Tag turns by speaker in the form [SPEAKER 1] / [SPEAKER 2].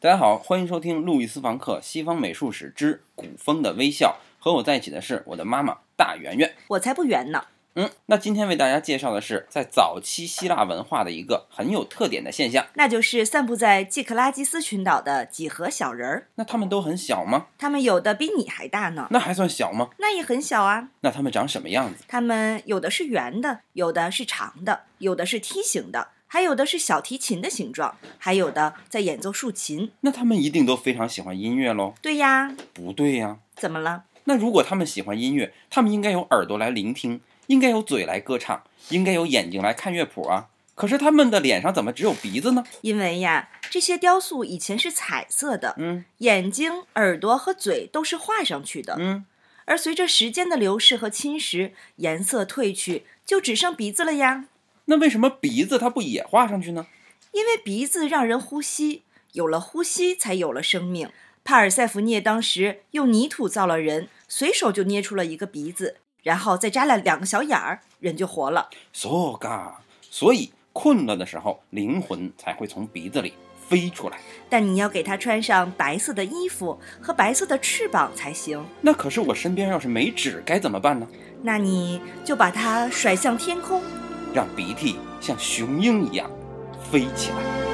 [SPEAKER 1] 大家好，欢迎收听路易斯·房克《西方美术史之古风的微笑》。和我在一起的是我的妈妈大圆圆。
[SPEAKER 2] 我才不圆呢。
[SPEAKER 1] 嗯，那今天为大家介绍的是在早期希腊文化的一个很有特点的现象。
[SPEAKER 2] 那就是散布在季克拉基斯群岛的几何小人儿，
[SPEAKER 1] 那他们都很小吗？
[SPEAKER 2] 他们有的比你还大呢，
[SPEAKER 1] 那还算小吗？
[SPEAKER 2] 那也很小啊。
[SPEAKER 1] 那他们长什么样子？
[SPEAKER 2] 他们有的是圆的，有的是长的，有的是梯形的，还有的是小提琴的形状，还有的在演奏竖琴。
[SPEAKER 1] 那他们一定都非常喜欢音乐喽？
[SPEAKER 2] 对呀，
[SPEAKER 1] 不对呀、
[SPEAKER 2] 怎么了？
[SPEAKER 1] 那如果他们喜欢音乐，他们应该有耳朵来聆听，应该有嘴来歌唱，应该有眼睛来看乐谱啊。可是他们的脸上怎么只有鼻子呢？
[SPEAKER 2] 因为呀，这些雕塑以前是彩色的，
[SPEAKER 1] 嗯
[SPEAKER 2] 眼睛、耳朵和嘴都是画上去的，
[SPEAKER 1] 嗯，
[SPEAKER 2] 而随着时间的流逝和侵蚀，颜色褪去，就只剩鼻子了呀。
[SPEAKER 1] 那为什么鼻子它不也画上去呢？
[SPEAKER 2] 因为鼻子让人呼吸，有了呼吸才有了生命。帕尔塞福涅当时用泥土造了人，随手就捏出了一个鼻子，然后再扎了两个小眼儿，人就活了。
[SPEAKER 1] so ga，所以困了的时候，灵魂才会从鼻子里飞出来。
[SPEAKER 2] 但你要给它穿上白色的衣服和白色的翅膀才行。
[SPEAKER 1] 那可是我身边要是没纸该怎么办呢？
[SPEAKER 2] 那你就把它甩向天空，
[SPEAKER 1] 让鼻涕像雄鹰一样飞起来。